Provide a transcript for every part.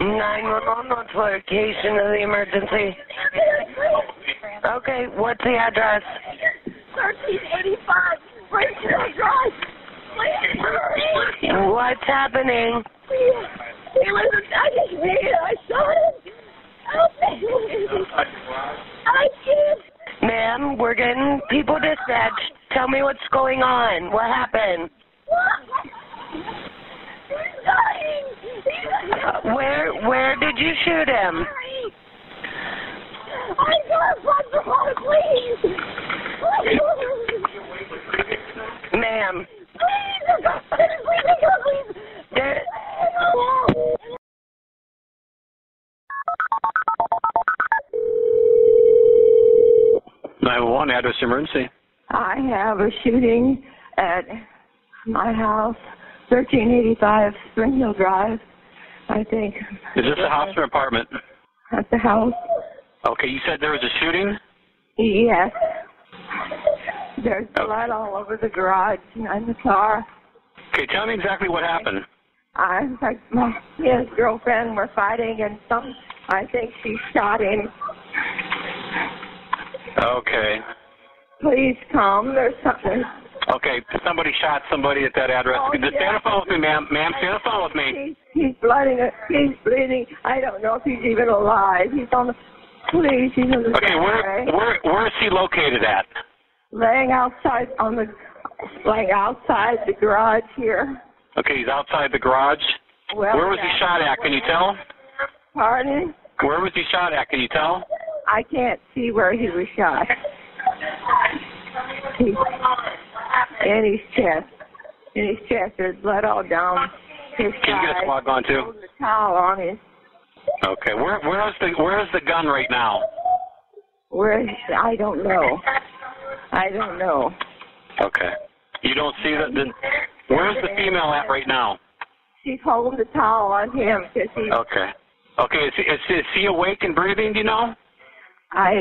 Nine one one, what's location of the emergency? Okay, what's the address? 1385 Rachel Drive. Please, What's happening? He was attacking me and I shot him. Help me. I can't. Ma'am, we're getting people dispatched. Tell me what's going on. What happened? He's dying. He's dying. Uh, Where where did you shoot him? I got a blood supply, please. Please. Ma'am, Please, God, please, God, please. there, Nine one address emergency. I have a shooting at my house, 1385 Spring Hill Drive, I think, Is this a house or apartment? at the house. Okay, you said there was a shooting? Yes. There's blood all over the garage and the car. Okay, tell me exactly what happened. I, like, my, me and his girlfriend were fighting and some, I think she shot him. Okay. Please come, there's something. Okay, somebody shot somebody at that address. Oh, Just yeah. stand on the phone with me, ma'am. Ma'am, stand on the phone with me. He's, he's blooding, he's bleeding. I don't know if he's even alive. He's on the, please, he's on the Okay, where driveway. where where is he located at? laying outside on the like outside the garage here. Okay, he's outside the garage. Well, Where was he shot at? Can you tell? Pardon? Where was he shot at? Can you tell? I can't see where he was shot. He, in his chest. In his chest, there's blood all down his Can you get a side. squad going too? There's a towel on his. Okay, where where is the where is the gun right now? Where is, I don't know. I don't know. Okay. You don't see the, the where's the female at right now? She's holding the towel on him because he. Okay. Okay, is, he- is, is he awake and breathing, do you know? I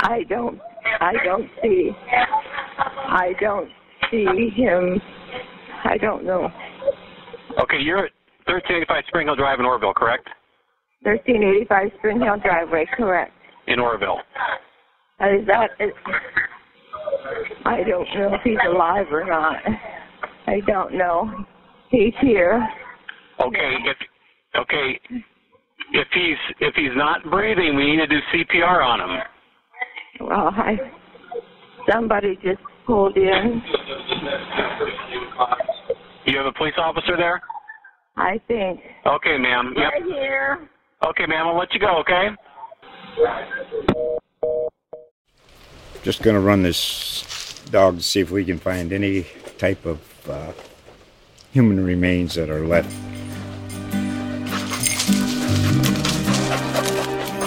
I don't I don't see I don't see him I don't know. Okay, you're at 1385 Spring Hill Drive in Orville, correct? Thirteen eighty five Spring Hill driveway, correct. In Orville. Is that is, I don't know if he's alive or not. I don't know. He's here. Okay, if okay, if he's if he's not breathing, we need to do CPR on him. Well I somebody just pulled in. You have a police officer there? I think. Okay, ma'am. Yep. Right here. Okay, ma'am. I'll let you go. Okay. Just going to run this dog to see if we can find any type of uh, human remains that are left.